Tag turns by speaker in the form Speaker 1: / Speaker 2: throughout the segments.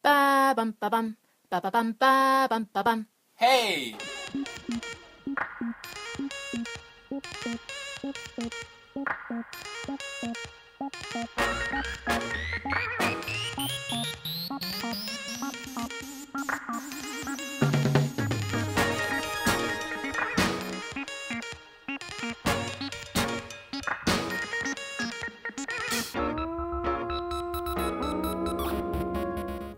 Speaker 1: 빠밤 빠밤 빠바밤 빠밤 빠밤
Speaker 2: 헤이!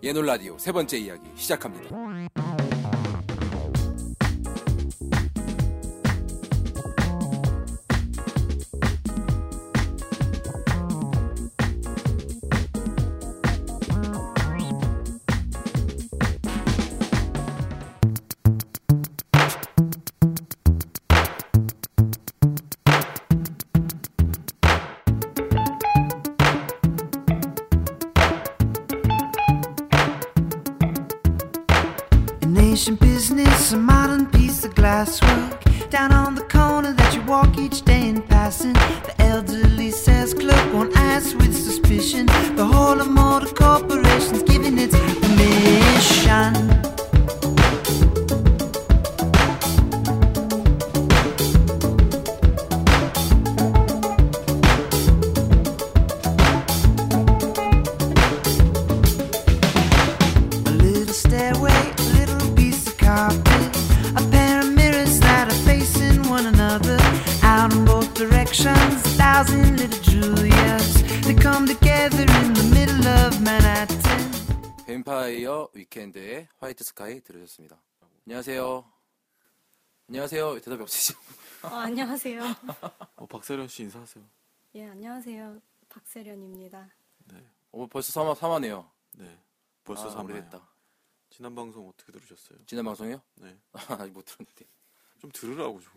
Speaker 2: 예놀 라디오 세 번째 이야기 시작합니다.
Speaker 3: An ancient business, a modern piece of glasswork. Down on the corner that you walk each day in passing. The elderly sales clerk won't ask with suspicion. The whole of motor corporation's giving its permission. A little stairway, a little piece of carpet, a pair of mirrors that are facing one another. Out in both directions, a thousand little Julias. They come together in the middle of Manhattan.
Speaker 2: 뱀파이어 위켄드의 화이트 스카이 들으셨습니다. 안녕하세요. 안녕하세요. 대답이 없으시죠?
Speaker 4: 어, 안녕하세요.
Speaker 5: 어, 박세련 씨 인사하세요.
Speaker 4: 예, 안녕하세요. 박세련입니다.
Speaker 2: 어, 벌써 삼화, 삼화네요.
Speaker 5: 네. 벌써
Speaker 2: 아,
Speaker 5: 삼
Speaker 2: 오래됐다.
Speaker 5: 지난 방송 어떻게 들으셨어요?
Speaker 2: 지난 방송이요?
Speaker 5: 네.
Speaker 2: 아직 못 들었는데.
Speaker 5: 좀 들으라고 좀.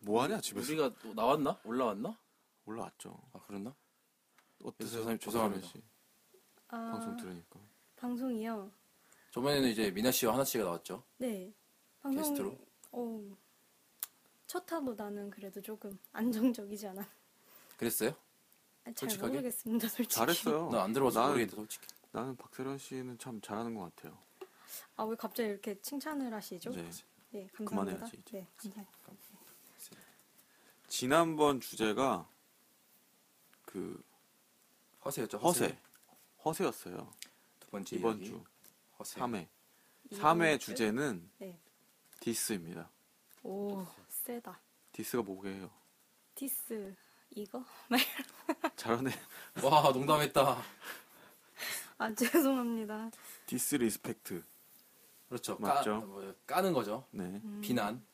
Speaker 5: 뭐 하냐 집에서?
Speaker 2: 우리가 또 나왔나? 올라왔나?
Speaker 5: 올라왔죠.
Speaker 2: 아, 그랬나?
Speaker 5: 어떠세요?
Speaker 2: 선생님, 죄송합니다.
Speaker 5: 박세련 씨,
Speaker 4: 아,
Speaker 5: 방송 들으니까.
Speaker 4: 방송이요?
Speaker 2: 저번에는 이제 미나 씨와 하나 씨가 나왔죠.
Speaker 4: 네. 방송
Speaker 2: 게스트로?
Speaker 4: 어, 첫 화보다는 그래도 조금 안정적이지 않아.
Speaker 2: 그랬어요?
Speaker 4: 아, 잘
Speaker 2: 솔직하게?
Speaker 4: 모르겠습니다, 솔직히.
Speaker 5: 잘했어요.
Speaker 2: 나 안 들어봐서
Speaker 5: 나는-
Speaker 2: 모르겠는데 솔직히.
Speaker 5: 나는 박세련 씨는 참 잘하는 것 같아요.
Speaker 4: 아, 왜 갑자기 이렇게 칭찬을 하시죠?
Speaker 5: 네.
Speaker 4: 예, 감사합니다.
Speaker 5: 그만해야지, 이제.
Speaker 4: 네, 감사합니다.
Speaker 5: 지난번 주제가 그
Speaker 2: 허세였죠. 허세.
Speaker 5: 허세. 허세였어요.
Speaker 2: 두 번째
Speaker 5: 이번
Speaker 2: 이야기.
Speaker 5: 주
Speaker 2: 허세.
Speaker 5: 3회.
Speaker 4: 이-
Speaker 5: 3회 주제는
Speaker 4: 네.
Speaker 5: 디스입니다.
Speaker 4: 오, 세다.
Speaker 5: 디스가 뭐게요?
Speaker 4: 디스 이거?
Speaker 5: 잘하네.
Speaker 2: 와, 농담했다.
Speaker 4: 아, 죄송합니다.
Speaker 5: 디스 리스펙트.
Speaker 2: 그렇죠.
Speaker 5: 맞죠.
Speaker 2: 까, 뭐, 까는 거죠.
Speaker 5: 네.
Speaker 4: 음.
Speaker 2: 비난.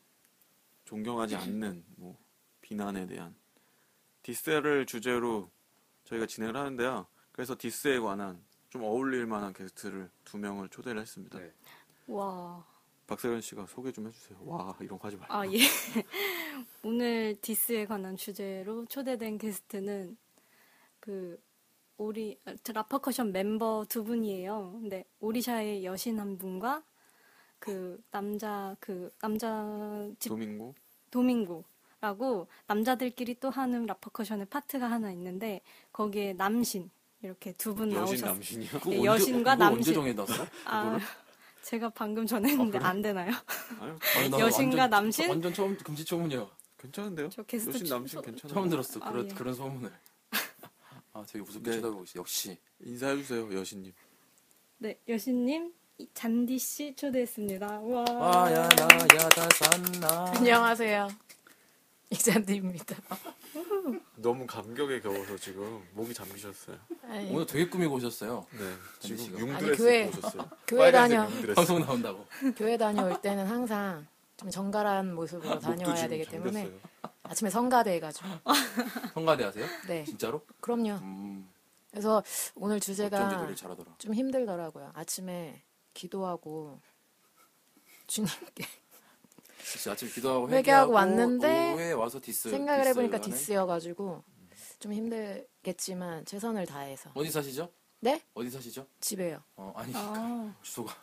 Speaker 5: 존경하지 않는 뭐 비난에 대한 디스를 주제로 저희가 진행을 하는데요. 그래서 디스에 관한 좀 어울릴 만한 게스트를 두 명을 초대를 했습니다.
Speaker 2: 네.
Speaker 4: 와.
Speaker 5: 박세련 씨가 소개 좀 해주세요. 와 이런 거 하지 말고
Speaker 4: 아, 예. 오늘 디스에 관한 주제로 초대된 게스트는 그 오리 아, 라퍼커션 멤버 두 분이에요. 근데 오리샤의 여신 한 분과 그 남자 그 남자 집
Speaker 5: 도민고
Speaker 4: 도밍고라고 남자들끼리 또 하는 라퍼커션의 파트가 하나 있는데 거기에 남신 이렇게 두 분
Speaker 5: 여신
Speaker 4: 나오셨어요.
Speaker 5: 남신이요.
Speaker 2: 그거
Speaker 4: 예,
Speaker 2: 언제-
Speaker 4: 여신과
Speaker 2: 그거 언제
Speaker 4: 남신.
Speaker 2: 정해놨어?
Speaker 4: 아, 제가 방금 전에
Speaker 5: 아,
Speaker 4: 했는데 안 되나요?
Speaker 5: 아유
Speaker 2: 아니, 나
Speaker 4: 여신과
Speaker 2: 완전-
Speaker 4: 남신?
Speaker 2: 완전 처음 금지초문이야.
Speaker 5: 괜찮은데요.
Speaker 4: 저 게스트
Speaker 5: 여신
Speaker 4: 주-
Speaker 5: 남신
Speaker 4: 소-
Speaker 5: 괜찮아요.
Speaker 2: 처음 들었어
Speaker 4: 아,
Speaker 2: 그런
Speaker 4: 예.
Speaker 2: 그런 소문을. 아 되게 무섭게
Speaker 5: 네.
Speaker 2: 쳐다보고 있어. 역시
Speaker 5: 인사해 주세요 여신님.
Speaker 4: 네, 여신님 이 잔디 씨 초대했습니다. 와.
Speaker 2: 아, 와야나야다산나
Speaker 1: 안녕하세요 이잔디입니다
Speaker 5: 너무 감격에 겨워서 지금 목이 잠기셨어요.
Speaker 1: 아니,
Speaker 5: 뭐?
Speaker 2: 오늘 되게 꾸미고 오셨어요.
Speaker 5: 네
Speaker 2: 씨가.
Speaker 5: 지금
Speaker 1: 아니,
Speaker 5: 융드레스
Speaker 1: 교회-
Speaker 5: 입고 오셨어요.
Speaker 1: 교회
Speaker 5: 빨간색
Speaker 1: 다녀.
Speaker 5: 융드레스.
Speaker 2: 방송 나온다고.
Speaker 1: 교회 다녀올 때는 항상 좀 정갈한 모습으로
Speaker 5: 아, 목도
Speaker 1: 다녀와야
Speaker 5: 지금
Speaker 1: 되기 때문에
Speaker 5: 잠겼어요.
Speaker 1: 아침에 성가대 해가지고
Speaker 2: 성가대 하세요?
Speaker 1: 네
Speaker 2: 진짜로?
Speaker 1: 그럼요
Speaker 2: 음.
Speaker 1: 그래서 오늘
Speaker 2: 어쩐지
Speaker 1: 주제가
Speaker 2: 노래 잘하더라.
Speaker 1: 좀 힘들더라고요 아침에 기도하고 주님께
Speaker 2: 진짜 아침 기도하고 회개하고
Speaker 1: 회개하고 왔는데
Speaker 2: 오후에 와서 디스.
Speaker 1: 생각을 해보니까
Speaker 2: 디스하네.
Speaker 1: 디스여가지고 좀 힘들겠지만 최선을 다해서
Speaker 5: 뭐?
Speaker 2: 어디 사시죠?
Speaker 1: 네?
Speaker 2: 어디 사시죠?
Speaker 1: 집에요
Speaker 2: 어 아니
Speaker 4: 아.
Speaker 2: 주소가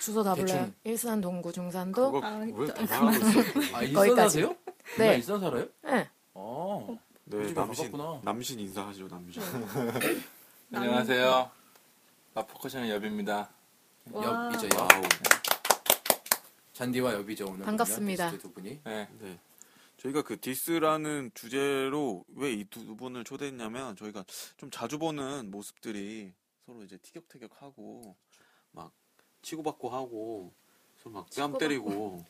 Speaker 1: 주소 다
Speaker 2: 대충.
Speaker 1: 불러요 일산 동구 중산도
Speaker 5: 그거
Speaker 4: 아,
Speaker 5: 왜다 말하고 있어요?
Speaker 2: 아 일산
Speaker 1: 거기까지.
Speaker 2: 사세요?
Speaker 1: 네.
Speaker 2: 누나 일산 살아요?
Speaker 1: 네.
Speaker 2: 어.
Speaker 5: 네,
Speaker 2: 요즘에
Speaker 5: 남신
Speaker 2: 바빴구나.
Speaker 5: 남신 인사하시죠 남신.
Speaker 4: 남-
Speaker 2: 안녕하세요. 라퍼커션의 엽입니다.
Speaker 4: 와.
Speaker 2: 엽이죠 엽.
Speaker 5: 와우.
Speaker 2: 잔디와 엽이죠 오늘.
Speaker 1: 반갑습니다.
Speaker 2: 게스트 두 분이.
Speaker 5: 네. 네. 저희가 그 디스라는 주제로 왜 이 두 분을 초대했냐면 저희가 좀 자주 보는 모습들이 서로 이제 티격태격하고 막 치고받고 하고 서로 막 뺨 때리고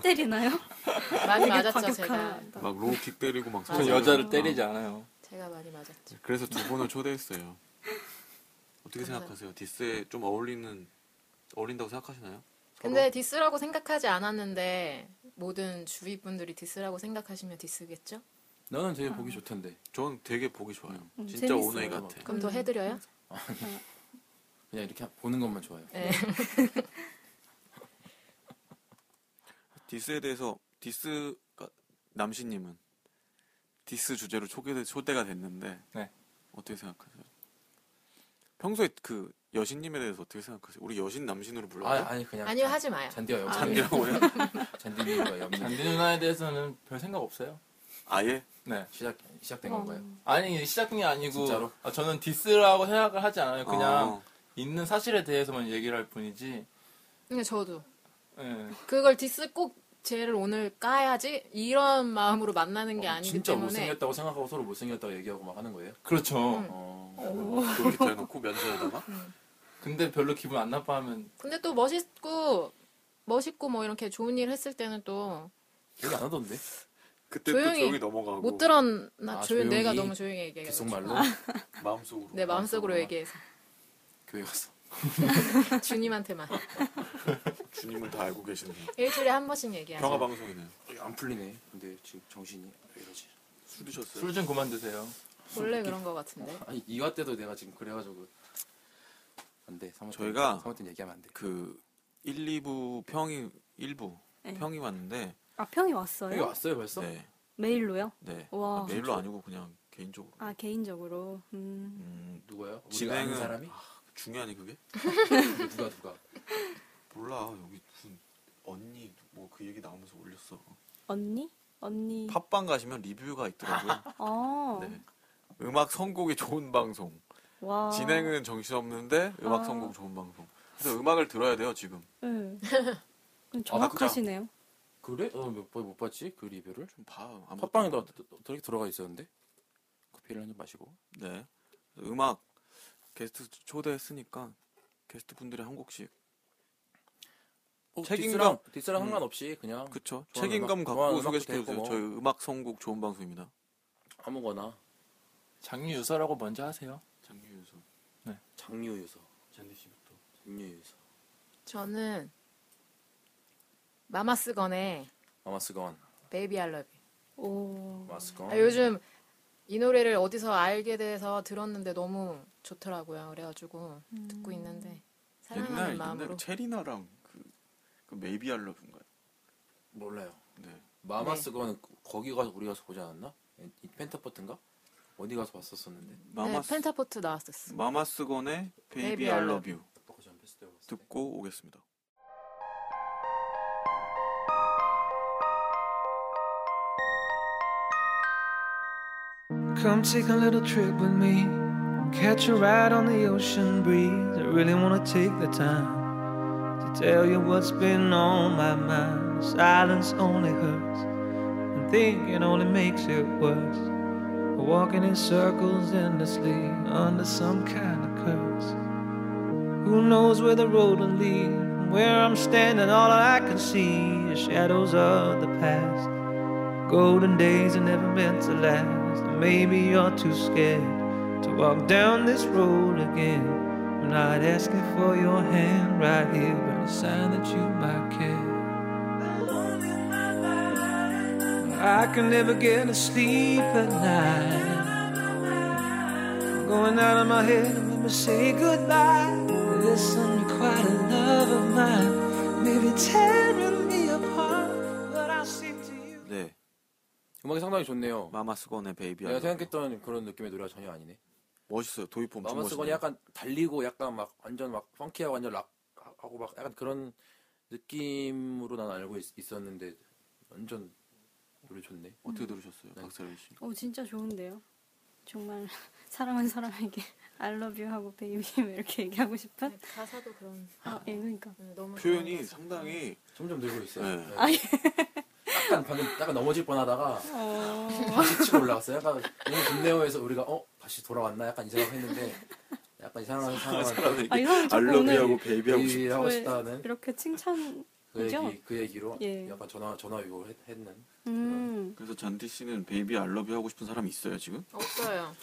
Speaker 4: 때리나요?
Speaker 1: 많이 맞았죠 제가.
Speaker 4: 과격한.
Speaker 5: 막 로우킥 때리고 막
Speaker 1: 전
Speaker 2: 전
Speaker 1: 맞아요.
Speaker 2: 여자를
Speaker 5: 아.
Speaker 2: 때리지 않아요.
Speaker 1: 제가 많이 맞았죠.
Speaker 5: 그래서 두 분을 초대했어요. 어떻게
Speaker 1: 감사합니다.
Speaker 5: 생각하세요? 디스에 좀 어울리는 어울린다고 생각하시나요?
Speaker 2: 네,
Speaker 1: 근데 디스라고 생각하지 않았는데 모든 주위 분들이 디스라고 생각하시면 디스겠죠?
Speaker 2: 너는 되게 보기 좋던데.
Speaker 5: 전 되게 보기 좋아요.
Speaker 4: 음,
Speaker 5: 진짜
Speaker 4: 재밌어요.
Speaker 5: 오너이 같아.
Speaker 1: 그럼 더
Speaker 4: 음.
Speaker 1: 해드려요?
Speaker 2: 그냥 이렇게 보는 것만 좋아요.
Speaker 1: 네.
Speaker 5: 디스에 대해서 디스가 그러니까 남신님은 디스 주제로 초대, 초대가 됐는데
Speaker 2: 네.
Speaker 5: 어떻게 생각하세요? 평소에 그 여신님에 대해서 어떻게 생각하세요? 우리 여신 남신으로
Speaker 2: 아,
Speaker 5: 불러요?
Speaker 2: 아니 그냥
Speaker 1: 아니요
Speaker 2: 잔-
Speaker 1: 하지 마요.
Speaker 2: 잔디와 엽.
Speaker 1: 아,
Speaker 2: 잔디.
Speaker 5: 아니라고요?
Speaker 2: 잔디님과 엽.
Speaker 6: 잔디 누나에 대해서는 별 생각 없어요.
Speaker 5: 아예?
Speaker 6: 네.
Speaker 2: 시작 시작된
Speaker 4: 어.
Speaker 2: 건가요?
Speaker 6: 아니 시작된 게 아니고
Speaker 2: 진짜로?
Speaker 6: 아, 저는 디스라고 생각을 하지 않아요. 그냥
Speaker 5: 어,
Speaker 6: 있는 사실에 대해서만 얘기를 할 뿐이지.
Speaker 1: 그러니까 저도
Speaker 6: 예.
Speaker 1: 그걸 디스 꼭 쟤를 오늘 까야지 이런 마음으로 만나는 게
Speaker 2: 어,
Speaker 1: 아니기
Speaker 2: 진짜
Speaker 1: 때문에
Speaker 2: 못생겼다고 생각하고 서로 못생겼다고 얘기하고 막 하는 거예요?
Speaker 6: 그렇죠.
Speaker 1: 음.
Speaker 2: 어.
Speaker 5: 그렇게 대놓고 면전에다가
Speaker 6: 근데 별로 기분 안 나빠하면
Speaker 1: 근데 또 멋있고 멋있고 뭐 이렇게 좋은 일 했을 때는 또 못
Speaker 2: 얘기 안 하던데?
Speaker 1: 네,
Speaker 5: 그때 또
Speaker 1: 조용히-
Speaker 5: 조용히 넘어가고
Speaker 1: 들었나
Speaker 2: 아,
Speaker 1: 조용 내가
Speaker 2: 조용히?
Speaker 1: 너무 조용히 얘기해.
Speaker 2: 귓속말로?
Speaker 1: 그렇죠.
Speaker 2: 아,
Speaker 5: 마음속으로
Speaker 1: 내 네, 마음속으로 얘기해서
Speaker 2: 교회 갔어.
Speaker 1: 주님한테만
Speaker 5: 주님은 다 알고 계시네요.
Speaker 1: 일주일에 한 번씩 얘기하죠.
Speaker 5: 평화 방송이네요.
Speaker 2: 안 풀리네. 근데 지금 정신이 왜 이러지?
Speaker 5: 술 드셨어요?
Speaker 6: 술 좀 그만 드세요.
Speaker 1: 원래 그런 거 같은데.
Speaker 2: 아니 이화 때도 내가 지금 그래가지고 안돼
Speaker 5: 저희가
Speaker 2: 사모님 얘기하면 안돼
Speaker 5: 그 1, 2부 평이 1부
Speaker 4: 네.
Speaker 5: 평이 왔는데
Speaker 4: 아 평이
Speaker 2: 여기
Speaker 4: 왔어요?
Speaker 2: 왔어요 벌써?
Speaker 5: 네.
Speaker 4: 메일로요?
Speaker 5: 네.
Speaker 4: 와.
Speaker 5: 아, 메일로 아니고 그냥 개인적으로
Speaker 4: 아 개인적으로. 음.
Speaker 5: 음,
Speaker 2: 누가요? 우리가
Speaker 5: 진행은-
Speaker 2: 아는 사람이?
Speaker 5: 중요하니 그게?
Speaker 2: 누가 누가?
Speaker 5: 몰라 여기 무슨 언니 뭐 그 얘기 나오면서 올렸어
Speaker 4: 언니? 언니.
Speaker 5: 팟빵 가시면 리뷰가 있더라고요
Speaker 4: 어.
Speaker 5: 네. 음악 선곡이 좋은 방송
Speaker 4: 와.
Speaker 5: 진행은 정신없는데 음악
Speaker 4: 아.
Speaker 5: 선곡 좋은 방송 그래서 음악을 들어야 돼요 지금
Speaker 4: 네.
Speaker 5: 정확하시네요.
Speaker 4: 정확하시네요.
Speaker 2: 그래? 어몇번못 봤지 그 리뷰를?
Speaker 5: 좀봐
Speaker 2: 팟빵에 너 되게 들어가 있었는데 커피를 한 잔 마시고
Speaker 5: 네 음악 게스트 초대했으니까 게스트 분들이 한 곡씩
Speaker 2: 어,
Speaker 5: 책임감.
Speaker 2: 디스랑, 디스랑
Speaker 5: 음.
Speaker 2: 상관없이 그냥
Speaker 5: 그쵸
Speaker 2: 좋아하는
Speaker 5: 책임감
Speaker 2: 음악,
Speaker 5: 갖고
Speaker 2: 좋아하는
Speaker 5: 소개시켜
Speaker 2: 음악도
Speaker 5: 주세요
Speaker 2: 되고
Speaker 5: 저희
Speaker 2: 뭐.
Speaker 5: 음악 선곡 좋은 방송입니다
Speaker 2: 아무거나
Speaker 6: 장유 유서라고 먼저 하세요.
Speaker 5: 장유유서
Speaker 2: 장유유서 잔디 씨부터 장유유서
Speaker 1: 저는 마마스건의
Speaker 2: 마마스건
Speaker 1: 베이비 알러비.
Speaker 4: 오.
Speaker 2: 마마스건
Speaker 5: 어.
Speaker 1: 아, 요즘 이 노래를 어디서 알게 돼서 들었는데 너무 좋더라고요. 그래가지고 듣고 있는데 사랑하는
Speaker 5: 옛날
Speaker 1: 마음으로
Speaker 5: 옛날 체리나랑 그, 그 메이비 알러브인가요?
Speaker 2: 몰라요
Speaker 5: 네
Speaker 2: 마마스건 은 거기 가서 우리 가서 보지 않았나? 이 펜타포트인가? 어디 가서 봤었었는데
Speaker 5: 마마스
Speaker 1: 네, 펜타포트 나왔었어.
Speaker 5: 마마스건의
Speaker 1: Baby
Speaker 5: 베이비
Speaker 1: I
Speaker 5: 알
Speaker 1: Love
Speaker 5: 러뷰
Speaker 2: 거기 안 뺐을 때 봤을 때.
Speaker 5: 듣고 오겠습니다.
Speaker 7: Come take a little trip with me. Catch a ride on the ocean breeze. I really wanna take the time to tell you what's been on my mind. Silence only hurts, and thinking only makes it worse. Walking in circles endlessly under some kind of curse. Who knows where the road will lead? Where I'm standing, all I can see is shadows of the past. Golden days are never meant to last. And Maybe you're too scared to walk down this road again. I'm not asking for your hand right here, but a sign that you might care. I can never get to sleep at night. I'm going out of my head and let me say goodbye. This unrequited love of mine may be tearing me apart, but I sing to you.
Speaker 5: 네,
Speaker 2: 음악이 상당히 좋네요
Speaker 5: 마마스건의 베이비
Speaker 2: 내가
Speaker 5: 알러뷰.
Speaker 2: 생각했던 그런 느낌의 노래가 전혀 아니네
Speaker 5: 멋있어요. 도입부 엄청
Speaker 2: 마마스건이
Speaker 5: 멋있어요.
Speaker 2: 약간 달리고 약간 막 완전 막 펑키하고 완전 락하고 막 약간 그런 느낌으로 난 알고 있, 었는데 완전 노래 좋네
Speaker 5: 음. 어떻게 들으셨어요, 박세련 씨?
Speaker 4: 오 진짜 좋은데요. 정말 사랑한 사람에게 I love you 하고 베이비 이렇게 얘기하고 싶은?
Speaker 1: 네, 가사도 그런
Speaker 4: 아, 예, 그러니까.
Speaker 1: 네, 너무
Speaker 5: 표현이
Speaker 1: 좋아서.
Speaker 5: 상당히
Speaker 2: 점점 늘고 있어요.
Speaker 5: 네.
Speaker 2: 네. 약간 방금 약간 넘어질 뻔하다가
Speaker 4: 어,
Speaker 2: 다시 치고 올라갔어요. 약간 너무 좋네요 해서 우리가 어 다시 돌아왔나 약간 이 생각했는데 약간 이상한 상황을
Speaker 5: 사람에게
Speaker 4: 아, 이 사람 자꾸 오늘
Speaker 5: 알러비하고 베이비하고 싶
Speaker 2: 하고
Speaker 4: 왜-
Speaker 2: 싶다는
Speaker 4: 이렇게 칭찬,
Speaker 2: 그
Speaker 4: 그죠?
Speaker 2: 얘기 그 얘기로
Speaker 4: 예.
Speaker 2: 약간 전화 전화 요구 했- 했는
Speaker 4: 음,
Speaker 5: 그래서 잔디 씨는 베이비 알러비 하고 싶은 사람 있어요 지금?
Speaker 1: 없어요.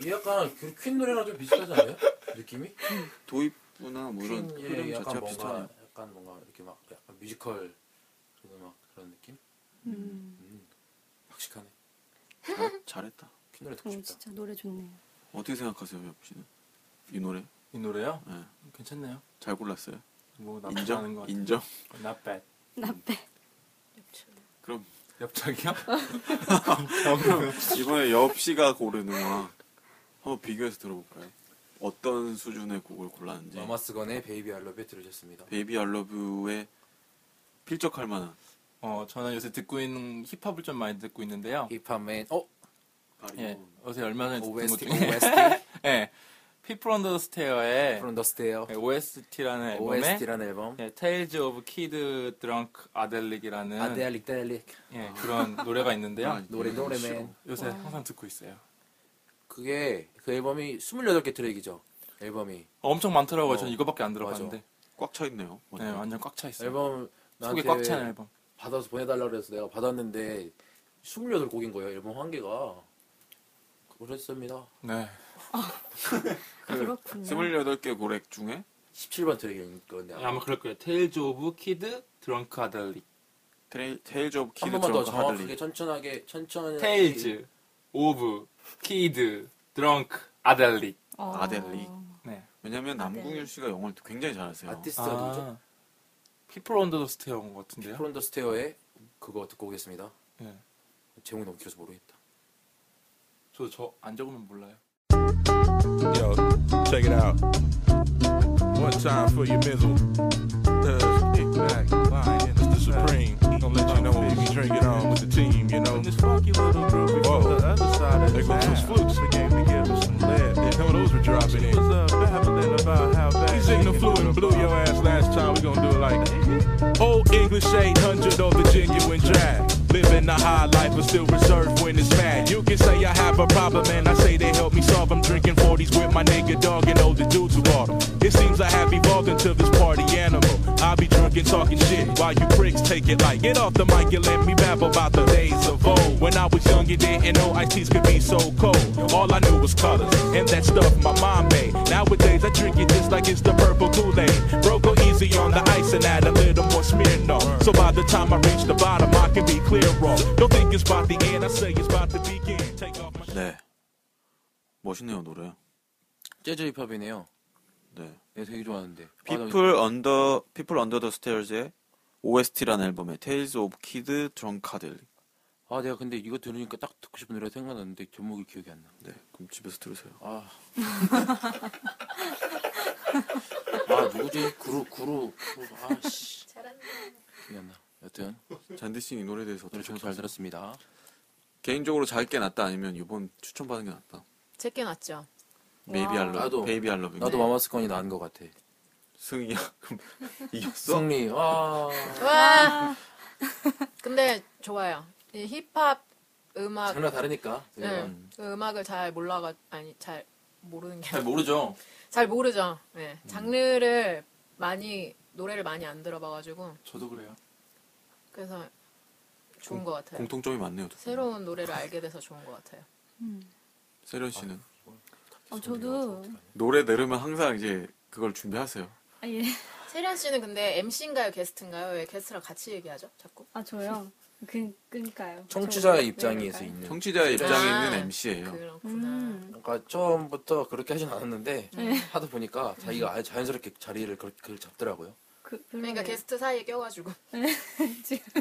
Speaker 2: 이게 약간 그 퀸 노래랑 좀 비슷하지 않아요? 느낌이?
Speaker 5: 도입부나 뭐 이런 흐름
Speaker 2: 퀸의 예, 약간
Speaker 5: 자체가
Speaker 2: 뭔가
Speaker 5: 비슷하네요.
Speaker 2: 약간 뭔가 이렇게 막 약간 뮤지컬 그런 음악 그런 느낌?
Speaker 4: 음.
Speaker 2: 음, 박식하네.
Speaker 5: 잘, 잘했다.
Speaker 2: 퀸 노래 듣고
Speaker 4: 어,
Speaker 2: 싶다.
Speaker 4: 진짜 노래 좋네요.
Speaker 5: 어떻게 생각하세요, 옆 씨는? 이 노래?
Speaker 6: 이 노래요?
Speaker 5: 예.
Speaker 6: 괜찮네요.
Speaker 5: 잘 골랐어요.
Speaker 6: 뭐 나쁘지 않은 것
Speaker 5: 인정?
Speaker 6: 같아요.
Speaker 5: 인정?
Speaker 6: Not bad.
Speaker 4: 나빼.
Speaker 5: 그럼
Speaker 6: 옆장이요?
Speaker 5: 이번에 옆 씨가 고른 음악 한번 비교해서 들어볼까요? 어떤 수준의 곡을 골랐는지.
Speaker 2: 마마스건의 베이비 알러뷰 들으셨습니다.
Speaker 5: 베이비 알러뷰에 필적할 만한
Speaker 6: 어, 저는 요새 듣고 있는 힙합을 좀 많이 듣고 있는데요.
Speaker 2: 힙합맨 어
Speaker 6: 예, 어제 얼마
Speaker 5: 네,
Speaker 6: 전에 듣은 것
Speaker 2: OST
Speaker 6: 중에
Speaker 2: OST
Speaker 6: 예, People Under the Stair의 예,
Speaker 2: From the Stair
Speaker 5: 네,
Speaker 6: OST라는 앨범에
Speaker 2: OST라는 앨범
Speaker 6: 예, Tales of Kid Drunk Adelic이라는
Speaker 2: 아델릭 델릭
Speaker 6: 예, 그런 노래가 있는데요.
Speaker 5: 아,
Speaker 2: 노래
Speaker 5: 이런 식으로.
Speaker 2: 노래맨
Speaker 6: 요새 항상 듣고 있어요.
Speaker 2: 그게 그 앨범이 28개 트랙이죠 앨범이
Speaker 6: 엄청 많더라고요.
Speaker 2: 어,
Speaker 6: 전 이거밖에 안
Speaker 2: 맞아.
Speaker 6: 들어봤는데.
Speaker 5: 꽉 차있네요.
Speaker 6: 네, 완전 꽉 차 있어요.
Speaker 2: 앨범
Speaker 6: 속이
Speaker 2: 나한테
Speaker 6: 꽉 찬 앨범.
Speaker 2: 받아서 보내달라 그래서 내가 받았는데 28곡인 거예요 앨범 한 개가 그랬습니다
Speaker 6: 네.
Speaker 4: 아, 그렇군요.
Speaker 5: 28개 고렉 중에
Speaker 2: 17번 그러니까 트랙인 건데 아마
Speaker 6: 아마 그럴 거예요. Tales of Kid Drunk Adelic.
Speaker 5: 트레이, 테일즈 오브
Speaker 2: 한
Speaker 5: 키드
Speaker 2: 번만 더
Speaker 5: 드렁크
Speaker 2: 정확하게
Speaker 5: 하들리
Speaker 2: 천천하게 천천히
Speaker 6: Tales of Kid Drunk Adelic.
Speaker 4: 어.
Speaker 5: 아델리.
Speaker 6: 네.
Speaker 5: 왜냐면
Speaker 4: 아,
Speaker 5: 남궁일 씨가 영어를 굉장히 잘하세요.
Speaker 2: 아티스트가 누구죠?
Speaker 6: People Under the Stair 온것 같은데요.
Speaker 2: 프론더 스테어의 그거 듣고 오겠습니다
Speaker 6: 예.
Speaker 2: 제목이 너무 길어서 모르겠다
Speaker 6: 저저 안 적으면 몰라요.
Speaker 8: Yo, check it out. One time for your mizzle. Uh, kick back, lying in the Supreme. Gonna let you know when we drink it on with the team, you know. this funky little groovy Whoa. the other side of There goes those flutes. They gave me give us some lead. They know those were dropping in. was uh, babbling about how bad. You sing the flute and blew your ass last time. We gonna do it like Old English 800 on the genuine drag. Living the high life, but still reserved when it's mad. You can say I have a problem, and I say they help me solve. I'm drinking 40s with my nigga dog and older dudes who bought 'em. It seems I have evolved into this party animal. I be drunk and talking shit while you pricks take it like, get off the mic and let me babble about the days of old. When I was young, you didn't know ices could be so cold. All I knew was colors, and that stuff my mom made. Nowadays, I drink it just like it's the purple Kool-Aid. Bro, go easy on the ice and add a little more smear, no. So by the time I reach the bottom, I can be clear wrong. Don't think it's about the end, I say it's about to begin. Take off my
Speaker 5: 네. 멋있네요, 노래.
Speaker 2: 재즈 힙합이네요
Speaker 5: 네.
Speaker 2: 내가 되게 좋아하는데
Speaker 5: People Under People Under the Stairs의 OST라는 앨범의 Tales of Kid Drunk Adelli.
Speaker 2: 아 내가 근데 이거 들으니까 딱 듣고 싶은 노래 생각났는데 제목이 기억이 안 나.
Speaker 5: 네. 그럼 집에서 들으세요.
Speaker 2: 아. 아 누구지? 구루 구루 구루 아씨. 잘한다. 기억이 안 나. 여튼
Speaker 5: 잔디 씨이 노래에 대해서
Speaker 2: 노래
Speaker 5: 어떻게
Speaker 2: 정말 잘
Speaker 5: 생각하세요?
Speaker 2: 들었습니다.
Speaker 5: 개인적으로 잘게 낫다 아니면 이번 추천받은 게 낫다.
Speaker 1: 제게 낫죠.
Speaker 5: 베이비 알러
Speaker 2: 나도.
Speaker 5: 베이비 알러
Speaker 4: 네.
Speaker 2: 나도 마마스건이 나은 것 같아.
Speaker 5: 승이야. 그럼 이겼어?
Speaker 2: 승리. 아, 와.
Speaker 1: 와. 근데 좋아요. 이 힙합
Speaker 4: 아.
Speaker 1: 음악
Speaker 2: 장르 다르니까.
Speaker 1: 네, 그 음악을 잘 몰라가 아니 잘 모르는 게
Speaker 6: 잘 모르죠.
Speaker 1: 잘 모르죠. 네,
Speaker 5: 음.
Speaker 1: 장르를 많이 노래를 많이 안 들어봐가지고
Speaker 6: 저도 그래요.
Speaker 1: 그래서 좋은 것 같아요.
Speaker 5: 공통점이 많네요. 두 분.
Speaker 1: 새로운 노래를 알게 돼서 좋은 것 같아요.
Speaker 5: 세련 씨는
Speaker 4: 음. 어, 저도
Speaker 5: 노래 들으면 항상 이제 그걸 준비하세요.
Speaker 4: 아, 예.
Speaker 1: 세련 씨는 근데 MC인가요, 게스트인가요? 왜 게스트랑 같이 얘기하죠? 자꾸.
Speaker 4: 아 저요. 그 그니까요.
Speaker 2: 청취자의
Speaker 4: 네.
Speaker 2: 입장에서 있는.
Speaker 5: 청취자의 입장에
Speaker 1: 아.
Speaker 5: 있는 MC예요.
Speaker 1: 그렇구나.
Speaker 4: 음.
Speaker 2: 그러니까 처음부터 그렇게 하진 않았는데
Speaker 4: 네.
Speaker 2: 하다 보니까 자기가 아예 자연스럽게 자리를 그렇게 그걸 잡더라고요.
Speaker 4: 그
Speaker 1: 그러니까
Speaker 4: 그러니까 계속
Speaker 1: 게스트 사이에 껴가지고.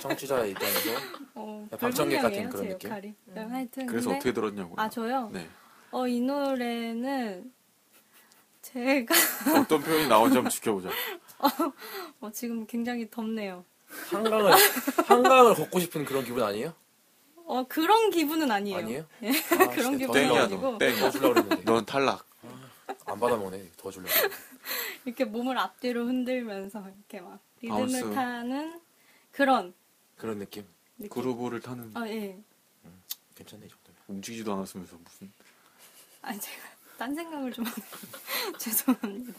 Speaker 2: 청취자의 입장에서
Speaker 4: 어,
Speaker 2: 박정희
Speaker 4: 불분명해요,
Speaker 2: 같은 그런
Speaker 4: 제
Speaker 2: 느낌?
Speaker 4: 역할이. 네, 하여튼
Speaker 5: 그래서
Speaker 4: 근데-
Speaker 5: 어떻게 들었냐고요.
Speaker 4: 아 저요.
Speaker 5: 네.
Speaker 4: 어 이 노래는 제가
Speaker 5: 어떤 표현이 나온지 한번 지켜보자.
Speaker 4: 어, 지금 굉장히 덥네요.
Speaker 2: 한강을 한강을 걷고 싶은 그런 기분 아니에요?
Speaker 4: 어 그런 기분은 아니에요. 네.
Speaker 2: 아니에요?
Speaker 4: 그런 기분은
Speaker 5: 땡이야
Speaker 4: 아니고.
Speaker 5: 너 땡.
Speaker 2: 더 주려고 그랬는데
Speaker 5: 넌 탈락.
Speaker 2: 안 받아먹네 더 주려고 그랬는데.
Speaker 4: 이렇게 몸을 앞뒤로 흔들면서 이렇게 막 리듬을
Speaker 5: 바운스.
Speaker 4: 타는 그런
Speaker 2: 그런 느낌?
Speaker 4: 느낌.
Speaker 5: 그루브를 타는
Speaker 4: 아 예.
Speaker 2: 괜찮네 이 정도면
Speaker 5: 움직이지도 않았으면서 무슨
Speaker 4: 아 제가 딴 생각을 좀 하네요. 죄송합니다.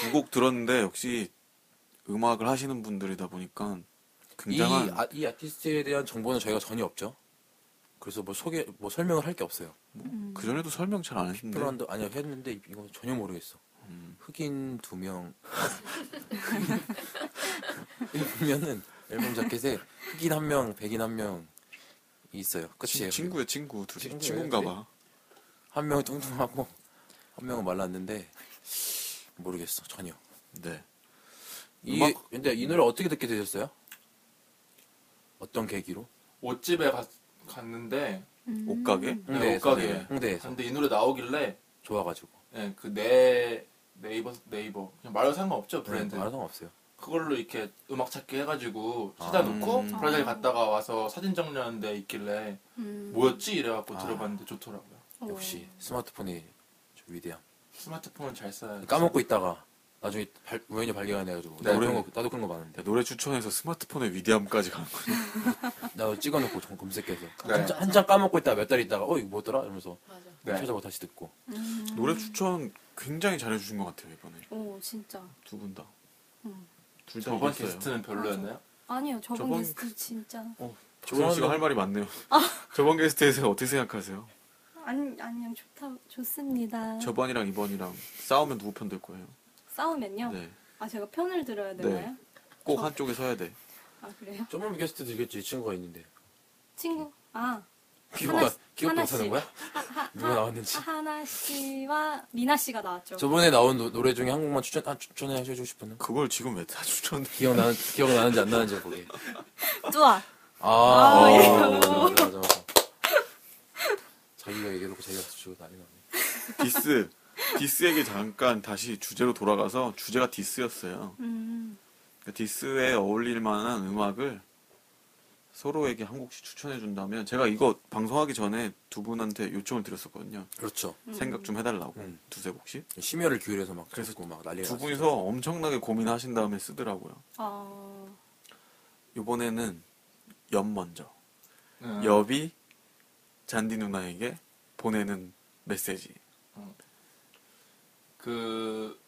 Speaker 5: 두 곡 들었는데 역시 음악을 하시는 분들이다 보니까 굉장한
Speaker 2: 이, 아, 이 아티스트에 대한 정보는 저희가 전혀 없죠 그래서 뭐 소개 뭐 설명을 할 게 없어요
Speaker 5: 그 전에도 설명 잘 안 했는데
Speaker 2: 피플런드 아니야 했는데 이건 전혀 모르겠어
Speaker 5: 음.
Speaker 2: 흑인 두명 보면은 앨범 자켓에 흑인 한명 백인 한 명 있어요
Speaker 5: 친-
Speaker 2: 끝이에요
Speaker 5: 친구야 친구 둘이
Speaker 2: 친구예요,
Speaker 5: 친구인가봐.
Speaker 2: 한 명은 뚱뚱하고 한 명은 말랐는데 모르겠어 전혀
Speaker 5: 네.
Speaker 2: 이
Speaker 5: 음악-
Speaker 2: 근데 이 노래 어떻게 듣게 되셨어요? 어떤 계기로?
Speaker 6: 옷집에 갔, 갔는데
Speaker 4: 음.
Speaker 5: 옷가게?
Speaker 6: 네,
Speaker 2: 홍대에서
Speaker 6: 옷가게에.
Speaker 2: 홍대에서
Speaker 6: 근데 이 노래 나오길래
Speaker 2: 좋아가지고 음,
Speaker 6: 예, 그내 네이버 네이버 그냥 말로 상관없죠 브랜드
Speaker 2: 알아서 없어요
Speaker 6: 그걸로 이렇게 음악 찾기 해가지고 찾아 놓고
Speaker 5: 음.
Speaker 6: 브라질 갔다가 와서 사진 정리하는데 있길래
Speaker 4: 음.
Speaker 6: 뭐였지
Speaker 2: 아.
Speaker 6: 이래갖고 들어봤는데 좋더라고요
Speaker 2: 역시 스마트폰이 좀 위대함
Speaker 6: 스마트폰은 잘 써야 지
Speaker 2: 까먹고 있다가 나중에 발, 우연히 발견해가지고
Speaker 5: 네.
Speaker 2: 나도, 그런 거, 나도 그런 거 많은데
Speaker 5: 야, 네, 노래 추천에서 스마트폰의 위대함까지 가는 거야.
Speaker 2: 나도 찍어놓고 좀 검색해서
Speaker 6: 네.
Speaker 2: 한참, 한참 까먹고 있다가 몇 달 있다가 어 이거 뭐더라? 이러면서
Speaker 1: 맞아.
Speaker 6: 네.
Speaker 2: 찾아보고 다시 듣고
Speaker 4: 음.
Speaker 5: 노래 추천 굉장히 잘해주신 것 같아요 이번에
Speaker 4: 오 어, 진짜.
Speaker 5: 두 분 다.
Speaker 4: 음.
Speaker 5: 둘다
Speaker 6: 저번 게스트는 별로였나요?
Speaker 4: 아니요 저번,
Speaker 5: 저번-
Speaker 4: 게스트 진짜
Speaker 5: 조선 씨가 할 말이 많네요.
Speaker 4: 아.
Speaker 5: 저번 게스트에 대해서 어떻게 생각하세요?
Speaker 4: 아니 아니요 좋다 좋습니다.
Speaker 5: 저번이랑 이번이랑 싸우면 누구 편 될 거예요?
Speaker 4: 싸우면요.
Speaker 5: 네.
Speaker 4: 아 제가 편을 들어야
Speaker 5: 네.
Speaker 4: 되나요?
Speaker 5: 꼭
Speaker 4: 저-
Speaker 5: 한쪽에 서야 돼.
Speaker 4: 아 그래요?
Speaker 2: 저번 게스트 들겠지 이 친구가 있는데
Speaker 4: 친구 아
Speaker 2: 기억도
Speaker 4: 하나씩,
Speaker 2: 기억도
Speaker 4: 하나씩.
Speaker 2: 못하는 거야? 누가 나왔는지
Speaker 4: 하나 씨와 미나 씨가 나왔죠.
Speaker 2: 저번에 나온 노, 노래 중에 한 곡만 추천 아, 추천해 해주고 싶었나?
Speaker 5: 그걸 지금 왜 다 추천해?
Speaker 2: 기억나는 기억나는지 안 나는지 보게.
Speaker 4: 뚜아
Speaker 2: 아,
Speaker 4: 아, 예.
Speaker 2: 맞아, 맞아, 맞아, 맞아. 자기가 얘기해놓고 자기가 주고 난리 나네.
Speaker 5: 디스. 디스에게 잠깐 다시 주제로 돌아가서 주제가 디스였어요.
Speaker 4: 음.
Speaker 5: 그러니까 디스에 어울릴 만한 음악을 서로에게 한 곡씩 추천해 준다면 제가 이거 방송하기 전에 두 분한테 요청을 드렸었거든요.
Speaker 2: 그렇죠.
Speaker 5: 생각 좀 해달라고
Speaker 2: 음. 네,
Speaker 5: 두세 곡씩.
Speaker 2: 심혈을 기울여서 막
Speaker 5: 그래서
Speaker 2: 그래서 막 난리가
Speaker 5: 두
Speaker 2: 났어요.
Speaker 5: 분이서 엄청나게 고민하신 다음에 쓰더라고요.
Speaker 4: 어.
Speaker 5: 이번에는 엽 먼저. 음.
Speaker 6: 응.
Speaker 5: 엽이 잔디 누나에게 보내는 메시지.
Speaker 6: 그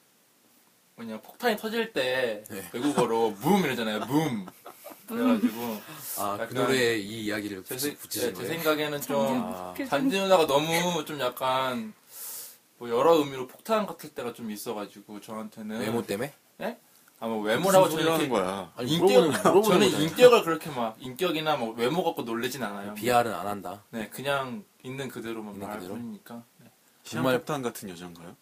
Speaker 6: 뭐냐 폭탄이 터질 때
Speaker 2: 네.
Speaker 6: 외국어로 붐 이러잖아요 붐 그래가지고
Speaker 2: 아, 그
Speaker 6: 약간-
Speaker 2: 노래에 이 이야기를
Speaker 6: 제,
Speaker 2: 붙이-
Speaker 6: 생-
Speaker 2: 붙이신
Speaker 6: 네, 제
Speaker 2: 거예요?
Speaker 6: 생각에는 좀
Speaker 2: 아,
Speaker 6: 잔디 누나가 너무 좀 약간 뭐 여러 의미로 폭탄 같을 때가 좀 있어가지고 저한테는
Speaker 2: 외모 때문에?
Speaker 6: 아마 외모라고
Speaker 5: 무슨
Speaker 6: 저는
Speaker 5: 소리 하는
Speaker 6: 이렇게
Speaker 5: 거야.
Speaker 2: 아니
Speaker 6: 인격 저는
Speaker 2: 거잖아요.
Speaker 6: 인격을 그렇게 막 인격이나 뭐 외모 갖고 놀리진 않아요
Speaker 2: 비하는 안 한다.
Speaker 6: 네 그냥 있는 그대로만
Speaker 2: 있는
Speaker 6: 말할
Speaker 2: 그대로?
Speaker 6: 뿐이니까 네.
Speaker 2: 정말-
Speaker 5: 시한폭탄 같은 여잔가요?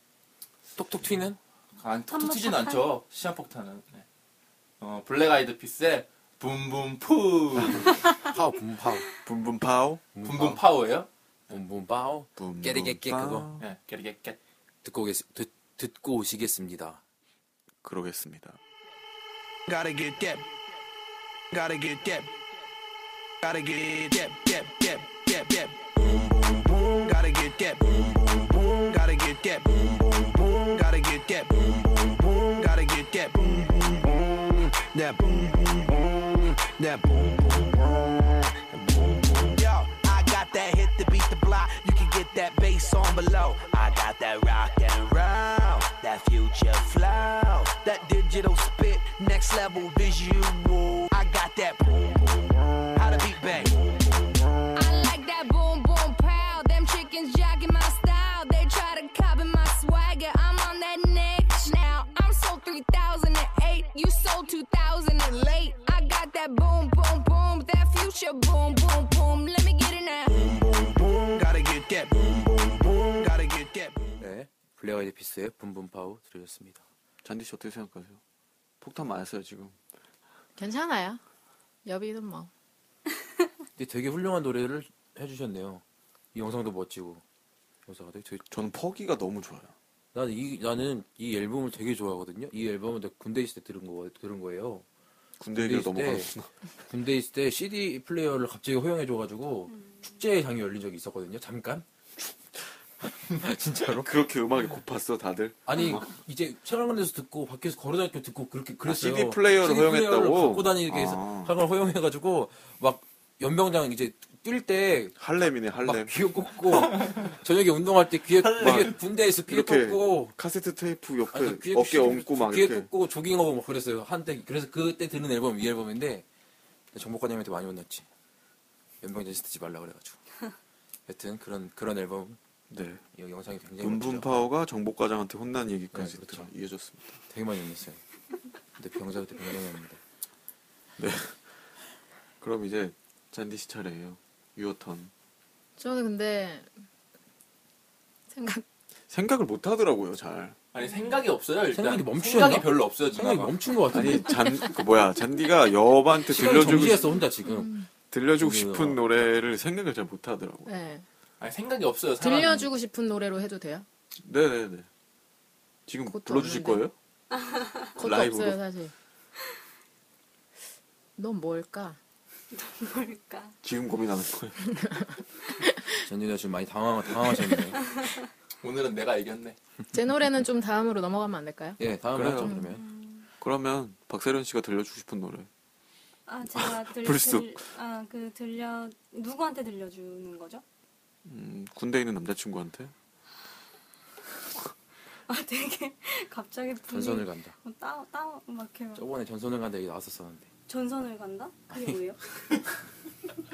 Speaker 2: 톡톡 튀는?
Speaker 6: 아, 안 툭툭 튀진
Speaker 4: 폭탄?
Speaker 6: 않죠 시한폭탄은 네. 어, 블랙 아이드 피스의 붐붐 푸
Speaker 2: 파워 분파워.
Speaker 5: 붐붐 파오.
Speaker 6: 붐붐 파워예요?
Speaker 2: 분분 음, 뭐, 파워.
Speaker 5: 붐붐
Speaker 2: 깨리깨끼
Speaker 5: 파오.
Speaker 2: 그거.
Speaker 6: 예, 깨리깨깨.
Speaker 2: 듣고 오겠 듣 듣고 오시겠습니다.
Speaker 5: 그러겠습니다.
Speaker 9: Gotta get that. Gotta get that. Gotta get that. That. That. That. That. Boom. Boom. Boom. Gotta get that. Boom. Boom. Boom. Gotta get that. Boom. Boom. Boom. Gotta get that. Boom. Boom. Boom. Gotta get that. Boom. Boom. Boom. That. Boom. Boom. Boom. That. Boom. Boom. Boom. Boom. Boom. Yo, I got that hit to beat the block. You can get that bass on below. I got that rock and roll, that future flow, that digital spit, next level visual. I got that. How to beat bang.
Speaker 10: I like that boom boom pow. Them chickens jogging my style. They try to copy my swagger. I'm on that next now. I'm sold 3008. You sold 2000 and late. I got that boom boom boom. That future boom boom boom. Let me get it now.
Speaker 9: Gotta get that. Boom, boom, boom. Gotta get that.
Speaker 2: 네. 블랙 아이드 피스의 분분 파워 들으셨습니다.
Speaker 5: 잔디 씨 어떻게 생각하세요? 폭탄 맞았어요 지금.
Speaker 1: 괜찮아요. 여비는 뭐.
Speaker 2: 근데 되게 훌륭한 노래를 해주셨네요. 이 영상도 멋지고 영상가 되게, 되게
Speaker 5: 저는 퍼기가 너무 좋아요.
Speaker 2: 나는 이 나는 이 앨범을 되게 좋아하거든요. 이 앨범은 내가 군대 있을 때 들은 거 들은 거예요.
Speaker 5: 군대 얘기로
Speaker 2: 군대 있을
Speaker 5: 넘어가는구나.
Speaker 2: 군대 있을 때 CD 플레이어를 갑자기 허용해줘가지고 축제장이 열린 적이 있었거든요. 잠깐. 진짜로?
Speaker 5: 그렇게 음악이 고팠어 다들.
Speaker 2: 아니 이제 촬영한 데서 듣고 밖에서 걸어다니고 듣고 그렇게 그랬어요.
Speaker 5: 아, CD 플레이어를 허용했다고?
Speaker 2: 갖고 다니게 해서
Speaker 5: 아.
Speaker 2: 하는 걸 허용해가지고 막 연병장 이제 뛸 때
Speaker 5: 할렘이네 할렘.
Speaker 2: 아, 막 귀에 꽂고 저녁에 운동할 때 귀에 귀에 군대에서 귀에
Speaker 5: 이렇게
Speaker 2: 꽂고
Speaker 5: 카세트 테이프 옆에
Speaker 2: 아니, 그 귀에
Speaker 5: 그 어깨
Speaker 2: 꽂고
Speaker 5: 얹고 막
Speaker 2: 귀에
Speaker 5: 이렇게.
Speaker 2: 꽂고 조깅하고 막 그랬어요 한때 그래서 그때 듣는 앨범 이 앨범인데 정복관님한테 많이 혼났지 연병장 듣지 말라 그래가지고 여튼 그런 그런 앨범
Speaker 5: 네.
Speaker 2: 이 영상이 굉장히
Speaker 5: 은분
Speaker 2: 많더라고요.
Speaker 5: 파워가 정보과장한테 혼난 얘기까지
Speaker 2: 네, 그렇죠.
Speaker 5: 들어- 이어졌습니다.
Speaker 2: 되게 많이 혼났어요 근데 병자도 굉장히 혼났는데
Speaker 5: 그럼 이제 잔디 씨 차례예요. 유어턴.
Speaker 1: 저는 근데 생각
Speaker 5: 생각을 못 하더라고요 잘.
Speaker 6: 아니 생각이 없어요 일단.
Speaker 2: 생각이 멈추셨나?
Speaker 6: 생각이 별로 없어요
Speaker 2: 생각이
Speaker 6: 지금.
Speaker 2: 멈춘 것 같은데
Speaker 5: 아니 잔그 뭐야 잔디가 여반테
Speaker 2: 시간을
Speaker 5: 들려주고
Speaker 2: 정지했어 혼자 지금
Speaker 5: 들려주고
Speaker 2: 정지해요.
Speaker 5: 싶은 노래를 생각을 잘 못 하더라고요.
Speaker 1: 네.
Speaker 6: 아니 생각이 없어요. 사람이.
Speaker 1: 들려주고 싶은 노래로 해도 돼요?
Speaker 5: 네네네. 지금
Speaker 1: 그것도
Speaker 5: 불러주실
Speaker 1: 없는데.
Speaker 5: 거예요?
Speaker 1: 그것도
Speaker 5: 라이브로.
Speaker 1: 없어요 사실. 넌 뭘까?
Speaker 4: 뭘까?
Speaker 5: 지금 고민하는 거예요.
Speaker 2: 전진이 지금 많이 당황 당황하셨네요
Speaker 6: 오늘은 내가 이겼네.
Speaker 1: 제 노래는 좀 다음으로 넘어가면 안 될까요?
Speaker 2: 예 다음에
Speaker 5: 그래요.
Speaker 2: 하죠 그러면
Speaker 5: 그러면 박세련 씨가 들려주고 싶은 노래.
Speaker 4: 아 제가 들,
Speaker 5: 불쑥.
Speaker 4: 들, 아그 들려 누구한테 들려주는 거죠?
Speaker 5: 음, 군대 에 있는 남자친구한테.
Speaker 4: 아 되게 갑자기
Speaker 2: 전선을
Speaker 4: 음.
Speaker 2: 간다
Speaker 4: 따오 따오 막 이렇게 막
Speaker 2: 저번에 전선을 간다 얘기 나왔었었는데
Speaker 4: 전선을 간다? 그게 뭐예요?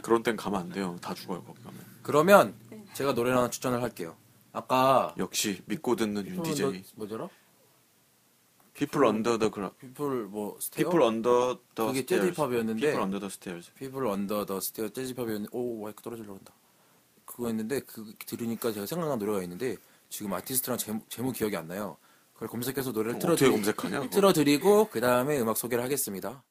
Speaker 5: 그런 땐 가면 안 돼요. 다 죽어요 거기 가면.
Speaker 2: 그러면 제가 노래를 하나 추천을 할게요 아까
Speaker 5: 역시 믿고 듣는 윤 DJ.
Speaker 2: 어, 너- 뭐더라?
Speaker 5: People Under the Gra-
Speaker 2: 피플 뭐 스테어?
Speaker 5: People Under the
Speaker 2: 그게
Speaker 5: Stairs.
Speaker 2: 재즈힙합이었는데.
Speaker 5: People Under the Stairs.
Speaker 2: 피플 언더 더 스테어 재즈팝이었는데 오 마이크 떨어지려고 한다 그거였는데 그 들으니까 제가 생각난 노래가 있는데 지금 아티스트랑 제목, 제목 기억이 안 나요 그걸 검색해서 노래를
Speaker 5: 어떻게
Speaker 2: 틀어드리,
Speaker 5: 검색하냐, 그거?
Speaker 2: 틀어드리고 그 다음에 음악 소개를 하겠습니다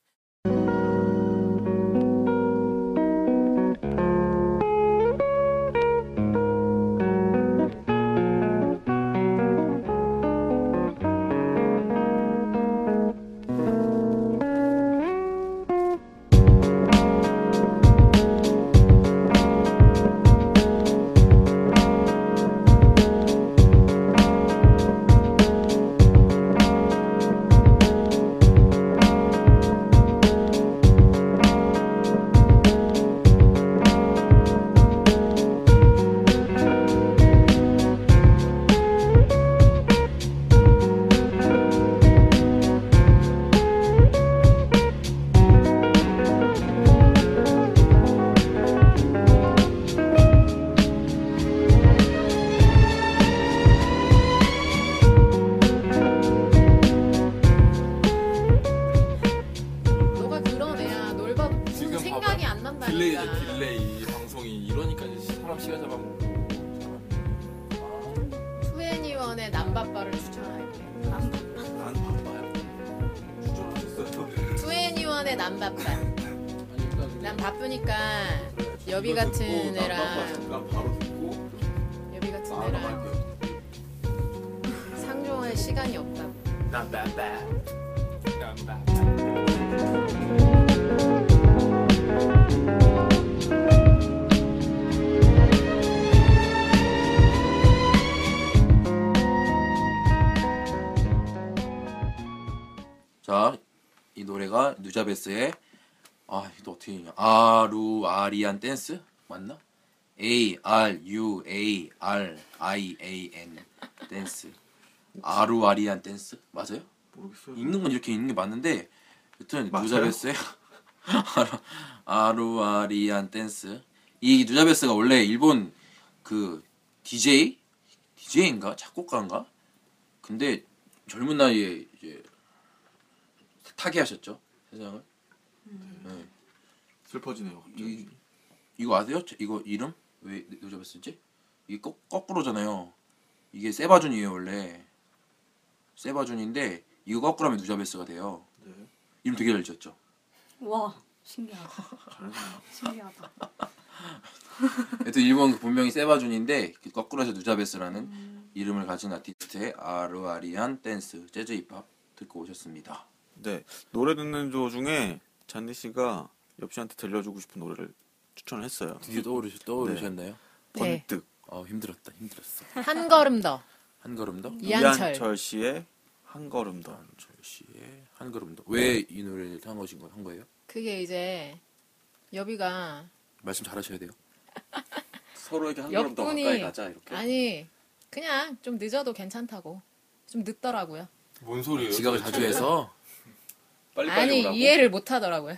Speaker 1: 너가 그런 애야. 놀바
Speaker 6: 지금
Speaker 1: 무슨 생각이
Speaker 6: 봐봐요.
Speaker 1: 안 난다니까.
Speaker 6: 딜레이죠 딜레이 이 방송이 이러니까 이제 사람 시간 잡아먹고.
Speaker 1: 투애니원의 남바빠를 추천할게.
Speaker 6: 난 바빠요. 추천하셨어요.
Speaker 1: 투애니원의 남바빠.
Speaker 6: 아니 일단
Speaker 1: 난 바쁘니까 여비
Speaker 6: 이거 듣고
Speaker 1: 같은
Speaker 6: 난
Speaker 1: 애랑
Speaker 6: 바빠서 난 바로 듣고
Speaker 1: 여비 같은
Speaker 6: 아,
Speaker 1: 애랑
Speaker 6: 나갈게요.
Speaker 1: 상종할 시간이 없다고.
Speaker 6: 난 바빠. 난 바빠.
Speaker 2: 자 이 노래가 누자베스의 아 이거 어떻게 읽냐 아루아리안 댄스 맞나? A R U A R I A N 댄스 아루아리안 댄스 맞아요?
Speaker 5: 모르겠어요.
Speaker 2: 읽는 건 이렇게 읽는 게 맞는데 여튼 누자베스의 아루- 아루아리안 댄스 이 누자베스가 원래 일본 그 DJ DJ인가 작곡가인가 근데 젊은 나이에 이제 타계하셨죠 세상을 네.
Speaker 5: 슬퍼지네요.
Speaker 2: 이, 이거 아세요? 저- 이거 이름 왜 누자베스인지 이게 거, 거꾸로잖아요 이게 세바준이에요 원래 세바준인데 이거 거꾸로 하면 누자베스가 돼요 이름 되게 잘 지었죠
Speaker 4: 와 신기하다. 신기하다.
Speaker 2: 여튼 일본 그 본명이 세바준인데 그 거꾸로 해서 누자베스라는 이름을 가진 아티스트의 아르아리안 댄스 재즈 힙합 듣고 오셨습니다
Speaker 5: 네 노래 듣는 조 중에 잔디 씨가 엽 씨한테 들려주고 싶은 노래를 추천을 했어요.
Speaker 2: 드디어 떠오르, 떠오르셨나요?
Speaker 1: 네.
Speaker 5: 번뜩
Speaker 2: 어 힘들었다 힘들었어
Speaker 1: 한 걸음 더.
Speaker 2: 한 걸음 더
Speaker 1: 이한철.
Speaker 5: 씨의 한 걸음 더.
Speaker 2: 씨의 한 걸음 더왜 이 노래를 한 것인 거한 거예요?
Speaker 1: 그게 이제 여비가
Speaker 2: 말씀 잘하셔야 돼요 서로에게 한 걸음 더 가까이
Speaker 1: 옆분이
Speaker 2: 가자 이렇게
Speaker 1: 아니 그냥 좀 늦어도 괜찮다고 좀 늦더라고요.
Speaker 6: 뭔 소리예요?
Speaker 2: 지각을
Speaker 6: 도대체?
Speaker 2: 자주 해서
Speaker 6: 빨리빨리
Speaker 1: 아니
Speaker 6: 오라고?
Speaker 1: 이해를 못 하더라고요.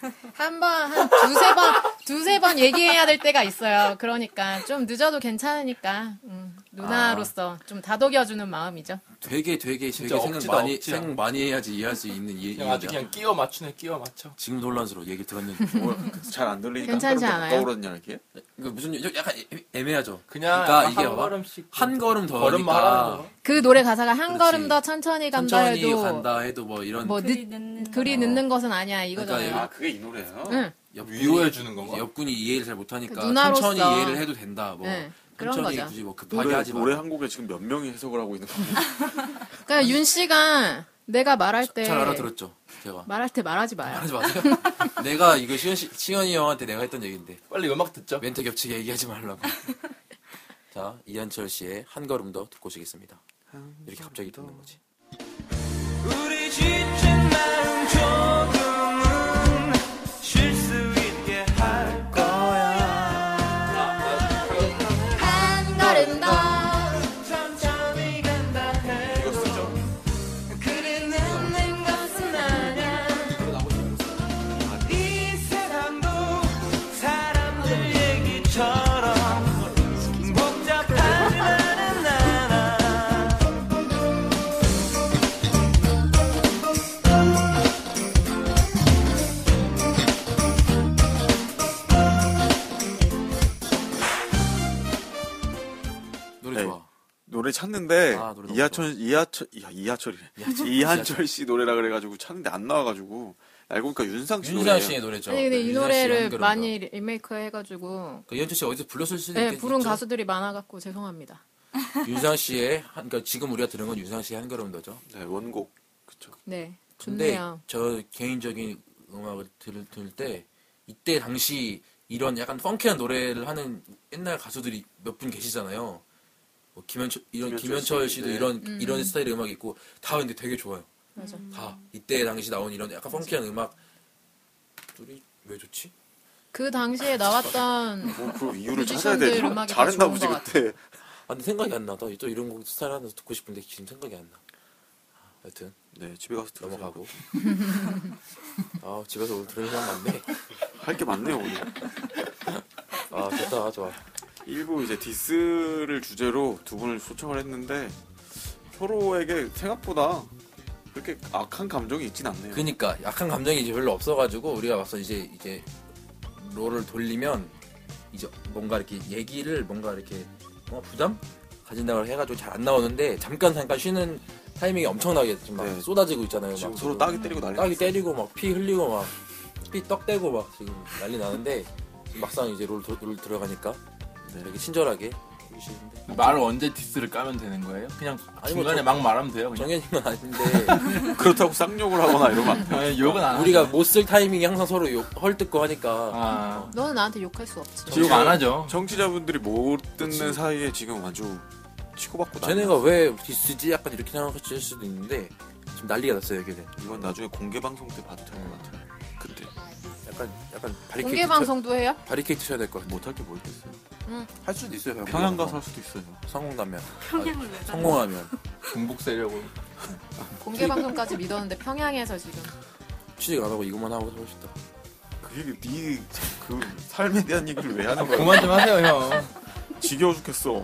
Speaker 1: 한 번, 한 두세 번, 두세 번 얘기해야 될 때가 있어요. 그러니까 좀 늦어도 괜찮으니까 음, 누나로서
Speaker 2: 아.
Speaker 1: 좀 다독여주는 마음이죠.
Speaker 2: 되게 되게
Speaker 6: 진짜
Speaker 2: 되게 생각
Speaker 6: 억지다,
Speaker 2: 많이
Speaker 6: 억지야.
Speaker 2: 생각 많이 해야지 이해할 수 있는 이
Speaker 6: 그냥 아주
Speaker 2: 이유야
Speaker 6: 그냥 끼워 맞추네 끼워 맞춰.
Speaker 2: 지금 혼란스러워 얘기 들었는데
Speaker 5: 어, 잘 안 들리니까
Speaker 1: 괜찮지
Speaker 5: 한 걸음 더
Speaker 1: 않아요?
Speaker 5: 떠오르는 이렇게.
Speaker 2: 이거 그러니까 무슨 좀 약간 애- 애매하죠
Speaker 6: 그냥
Speaker 2: 그러니까
Speaker 6: 한
Speaker 2: 이게 막
Speaker 6: 걸음씩
Speaker 2: 한 걸음 더니까
Speaker 6: 걸음만 하는 거.
Speaker 1: 그 노래 가사가 한
Speaker 2: 그렇지.
Speaker 1: 걸음 더 천천히 간다
Speaker 2: 천천히
Speaker 1: 해도
Speaker 2: 간다 해도 뭐 이런
Speaker 1: 뭐
Speaker 4: 그리
Speaker 1: 늦,
Speaker 4: 늦는
Speaker 1: 그리
Speaker 2: 어.
Speaker 1: 늦는 것은 아니야
Speaker 2: 그러니까
Speaker 1: 이거잖아요.
Speaker 5: 그게 이 노래예요.
Speaker 1: 응,
Speaker 2: 옆군이-
Speaker 6: 위로해 주는 건가?
Speaker 2: 옆군이 이해를 잘 못하니까
Speaker 1: 그 누나로서-
Speaker 2: 천천히 이해를 해도 된다 뭐
Speaker 1: 네, 그런
Speaker 2: 천천히
Speaker 1: 거죠.
Speaker 2: 굳이 뭐 급하게
Speaker 5: 노래
Speaker 2: 하지 마
Speaker 5: 노래 한 곡에 지금 몇 명이 해석을 하고 있는 거예요?
Speaker 1: 그러니까 윤 씨가 내가 말할 때
Speaker 2: 잘 알아들었죠 제가
Speaker 1: 말할 때 말하지 마요.
Speaker 2: 말하지 마세요 내가 이거 시현 씨, 시현이 형한테 내가 했던 얘기인데
Speaker 6: 빨리 음악 듣자.
Speaker 2: 멘트 겹치게 얘기하지 말라고 자 이한철 씨의 한 걸음 더 듣고 오시겠습니다 이렇게 갑자기 듣는 거지
Speaker 9: 우리 지친 마음 조금은 쉴 수 있게 할 거야
Speaker 10: 한 걸음 더
Speaker 9: 천천히 간다 해
Speaker 5: 이거 쓰죠.
Speaker 9: 그리 늦는 것은 아냐 이 세상도 사람들 얘기처럼 복잡하지만은 않아
Speaker 2: 노래
Speaker 5: 네.
Speaker 2: 좋아
Speaker 5: 노래 찾는데
Speaker 2: 아, 노래 너무
Speaker 5: 이하철 이하철 이야, 이하철이래 이한철 씨 노래라 그래가지고 찾는데 안 나와가지고 알고 보니까 윤상 씨 네.
Speaker 2: 윤상
Speaker 5: 노래예요.
Speaker 2: 씨의 노래죠
Speaker 1: 아니 근데 이
Speaker 2: 어, 네, 윤상 씨의 한
Speaker 1: 노래를
Speaker 2: 걸음
Speaker 1: 많이 리메이크 해가지고
Speaker 2: 더. 그 이한철 씨 어디서 불렀을 수도
Speaker 1: 네,
Speaker 2: 있겠죠
Speaker 1: 부른 가수들이 많아갖고 죄송합니다.
Speaker 2: 윤상 씨의 한, 그러니까 지금 우리가 들은 건 윤상 씨의 한 걸음 더죠
Speaker 5: 네 원곡 그쵸.
Speaker 1: 네,
Speaker 2: 근데
Speaker 1: 좋네요.
Speaker 2: 저 개인적인 음악을 들을, 들을 때 이때 당시 이런 약간 펑키한 노래를 하는 옛날 가수들이 몇 분 계시잖아요. 뭐 김현철 이런
Speaker 5: 김현철
Speaker 2: 김현철
Speaker 5: 씨,
Speaker 2: 씨도
Speaker 5: 네.
Speaker 2: 이런 이런 스타일의 음악이 있고 다 근데 되게 좋아요.
Speaker 1: 맞아.
Speaker 2: 다 이때 당시 나온 이런 약간 펑키한 음악들이 왜 좋지?
Speaker 1: 그 당시에
Speaker 2: 아,
Speaker 1: 나왔던
Speaker 5: 뭐, 그 이유를 찾아야 돼.
Speaker 1: 어, 뮤지션들 음악이 다
Speaker 5: 잘했나
Speaker 1: 좋은
Speaker 5: 보지
Speaker 1: 것
Speaker 5: 그때.
Speaker 2: 아 근데 생각이 안 나. 나 또 이런 곡 스타일 하나 듣고 싶은데 지금 생각이 안 나. 아, 여튼
Speaker 5: 네 집에 가서 들으세요.
Speaker 2: 넘어가고. 아 집에서 오늘 들을 생각 많네.
Speaker 5: 할게 많네요 오늘.
Speaker 2: 아 좋다 좋아.
Speaker 5: 일부 이제 디스를 주제로 두 분을 초청을 했는데 서로에게 생각보다 그렇게 악한 감정이 있진 않네요.
Speaker 2: 그니까 그러니까 약한 감정이 이제 별로 없어가지고 우리가 막서 이제 이제 롤을 돌리면 이제 뭔가 이렇게 얘기를 뭔가 이렇게 뭔가 부담 가진다고 해가지고 잘 안 나오는데 잠깐 잠깐 쉬는 타이밍이 엄청나게 지금 막
Speaker 5: 네.
Speaker 2: 쏟아지고 있잖아요.
Speaker 5: 지금
Speaker 2: 막
Speaker 5: 서로 따기 때리고 난리.
Speaker 2: 딱이 때리고 막 피 흘리고 막 피 떡 대고 막 지금 난리 나는데 지금 막상 이제 롤, 롤 들어가니까
Speaker 5: 네.
Speaker 2: 되게 친절하게 해주시는데
Speaker 6: 말을 언제 디스를 까면 되는 거예요? 그냥
Speaker 2: 아니, 뭐
Speaker 6: 중간에
Speaker 2: 저-
Speaker 6: 막 말하면 돼요. 그냥
Speaker 2: 정현이는 아닌데
Speaker 5: 그렇다고 쌍욕을 하거나 이러면 안 돼.
Speaker 6: 아니, 욕은 안
Speaker 2: 우리가
Speaker 6: 하죠.
Speaker 2: 못 쓸 타이밍이 항상 서로 욕, 헐뜯고 하니까
Speaker 6: 아,
Speaker 1: 너는 나한테 욕할 수 없지.
Speaker 6: 지욕 안 하죠.
Speaker 5: 청취자분들이 못 듣는 사이에 지금 아주 치고받고
Speaker 2: 쟤네가 왜 디스지? 약간 이렇게 생각할 수도 있는데 지금 난리가 났어요 여기는
Speaker 5: 난리. 이건 나중에 공개 방송 때 봐도 될 것 같아요. 그때
Speaker 2: 약간 약간 바리케이트
Speaker 1: 공개 방송도 해요?
Speaker 2: 쳐, 바리케이트 쳐야 될 것 같아요
Speaker 5: 못할 게 뭐 있겠어요.
Speaker 2: 할 수도 있어요
Speaker 5: 평양 가서 할 수도 있어요.
Speaker 2: 성공하면
Speaker 4: 평양을 왜 가냐?
Speaker 2: 성공하면
Speaker 6: 군복 세려고.
Speaker 1: 공개
Speaker 2: 그
Speaker 1: 방송까지 믿었는데 평양에서 지금
Speaker 2: 취직 안 하고 이것만 하고 살고 싶다
Speaker 5: 그게 네그 삶에 대한 얘기를 왜 아, 하는 거야?
Speaker 6: 그만 좀 하세요 형.
Speaker 5: 지겨워 죽겠어.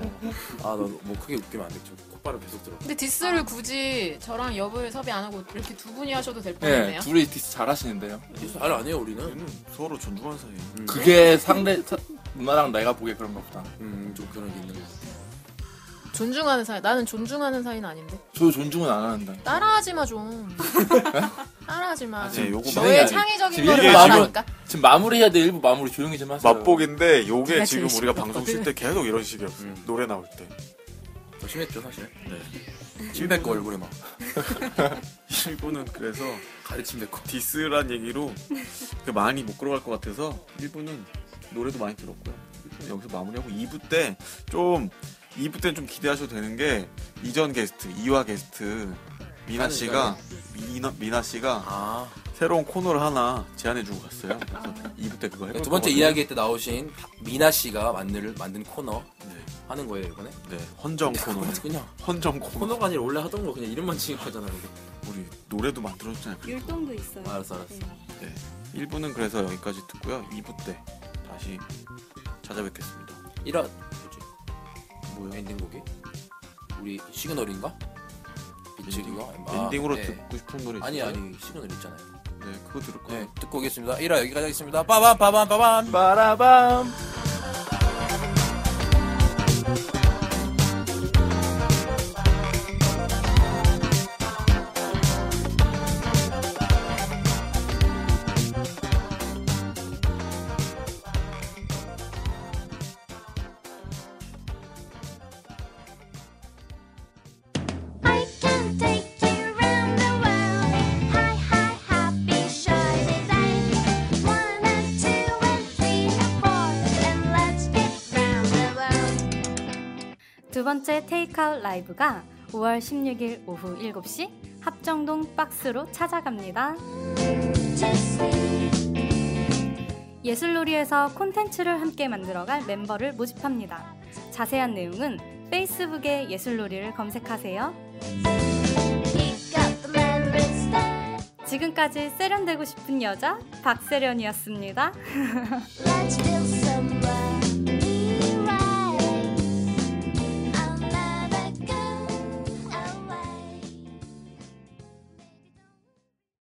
Speaker 2: 아 너 뭐 크게 웃기면 안 되죠 곧바로 계속 들어
Speaker 1: 근데 디스를 굳이 저랑 여부를 섭외 안 하고 이렇게 두 분이 하셔도 될
Speaker 6: 네,
Speaker 1: 뻔했네요.
Speaker 6: 둘이 디스 잘하시는데요.
Speaker 2: 디스 잘 안 해요 우리는
Speaker 5: 우리는 서로 존중하는 사이.
Speaker 6: 그게 상대 사- 누나랑 내가 보기에 그런 것보다.
Speaker 2: 음좀 그런 게 있는 거 같아요
Speaker 1: 존중하는 사이. 나는 존중하는 사이는 아닌데.
Speaker 6: 저 존중은 안 한다.
Speaker 1: 따라하지 마 좀. 따라하지 마.
Speaker 5: 네, 요거
Speaker 6: 지금
Speaker 1: 너의
Speaker 6: 아니,
Speaker 1: 창의적인
Speaker 6: 지금
Speaker 1: 거를
Speaker 6: 이게
Speaker 1: 말하니까.
Speaker 6: 지금 마무리해야 돼 일부 마무리 조용히 좀 하세요.
Speaker 5: 맛보기인데 요게
Speaker 1: 제가
Speaker 5: 지금
Speaker 1: 제일
Speaker 5: 우리가
Speaker 1: 싫어하거든요.
Speaker 5: 방송 쉴 때 계속 이런 식이었어요.
Speaker 2: 음.
Speaker 5: 노래 나올 때.
Speaker 2: 더 심했죠 사실 네 침뱉고 얼굴에 막
Speaker 5: 일부는 그래서
Speaker 6: 가르침 내고
Speaker 5: 디스란 얘기로 그 많이 못 걸어갈 것 같아서 1부는 노래도 많이 들었고요. 1부는 여기서 마무리하고 2부 때 좀 2부 때는 좀 기대하셔도 되는 게 이전 게스트, 2화 게스트 미나 씨가 미나, 미나 씨가
Speaker 2: 아,
Speaker 5: 새로운 코너를 하나 제안해주고 갔어요. 그래서 2부 때 그거 해볼
Speaker 2: 네, 두 번째
Speaker 5: 거거든요.
Speaker 2: 이야기 때 나오신 미나 씨가 만들, 만든 코너
Speaker 5: 네,
Speaker 2: 하는 거예요 이번에.
Speaker 5: 네, 헌정 코너.
Speaker 2: 그냥
Speaker 5: 헌정 코너.
Speaker 2: 코너가 아니라 원래 하던 거 그냥 이름만 지은 거잖아요.
Speaker 5: 우리 노래도 만들었잖아요.
Speaker 11: 율동도 있어요.
Speaker 2: 알았어, 알았어.
Speaker 11: 네.
Speaker 5: 1부는 그래서 여기까지 듣고요. 2부 때 다시 찾아뵙겠습니다.
Speaker 2: 1화 뭐지?
Speaker 5: 뭐야?
Speaker 2: 엔딩곡이? 우리 시그널인가? 비치기가?
Speaker 5: 엔딩으로
Speaker 2: 아, 네.
Speaker 5: 듣고 싶은 노래 있어요?
Speaker 2: 아니 아니 시그널 있잖아요.
Speaker 5: 네, 그거 들을 거예요.
Speaker 2: 네 듣고 오겠습니다. 1화 여기까지 하겠습니다. 빠밤 빠밤 빠밤.
Speaker 6: 빠라밤
Speaker 12: I can take you round the world. Hi, hi, happy, shy today. One and two and three and four, and let's get round the world.
Speaker 11: 두 번째 테이크아웃 라이브가 5월 16일 오후 7시 합정동 박스로 찾아갑니다.
Speaker 12: To see
Speaker 11: 예술놀이에서 콘텐츠를 함께 만들어갈 멤버를 모집합니다. 자세한 내용은 페이스북에 예술놀이를 검색하세요.
Speaker 12: pick up the memories there.
Speaker 11: 지금까지 세련되고 싶은 여자 박세련이었습니다.
Speaker 12: Let's build some love.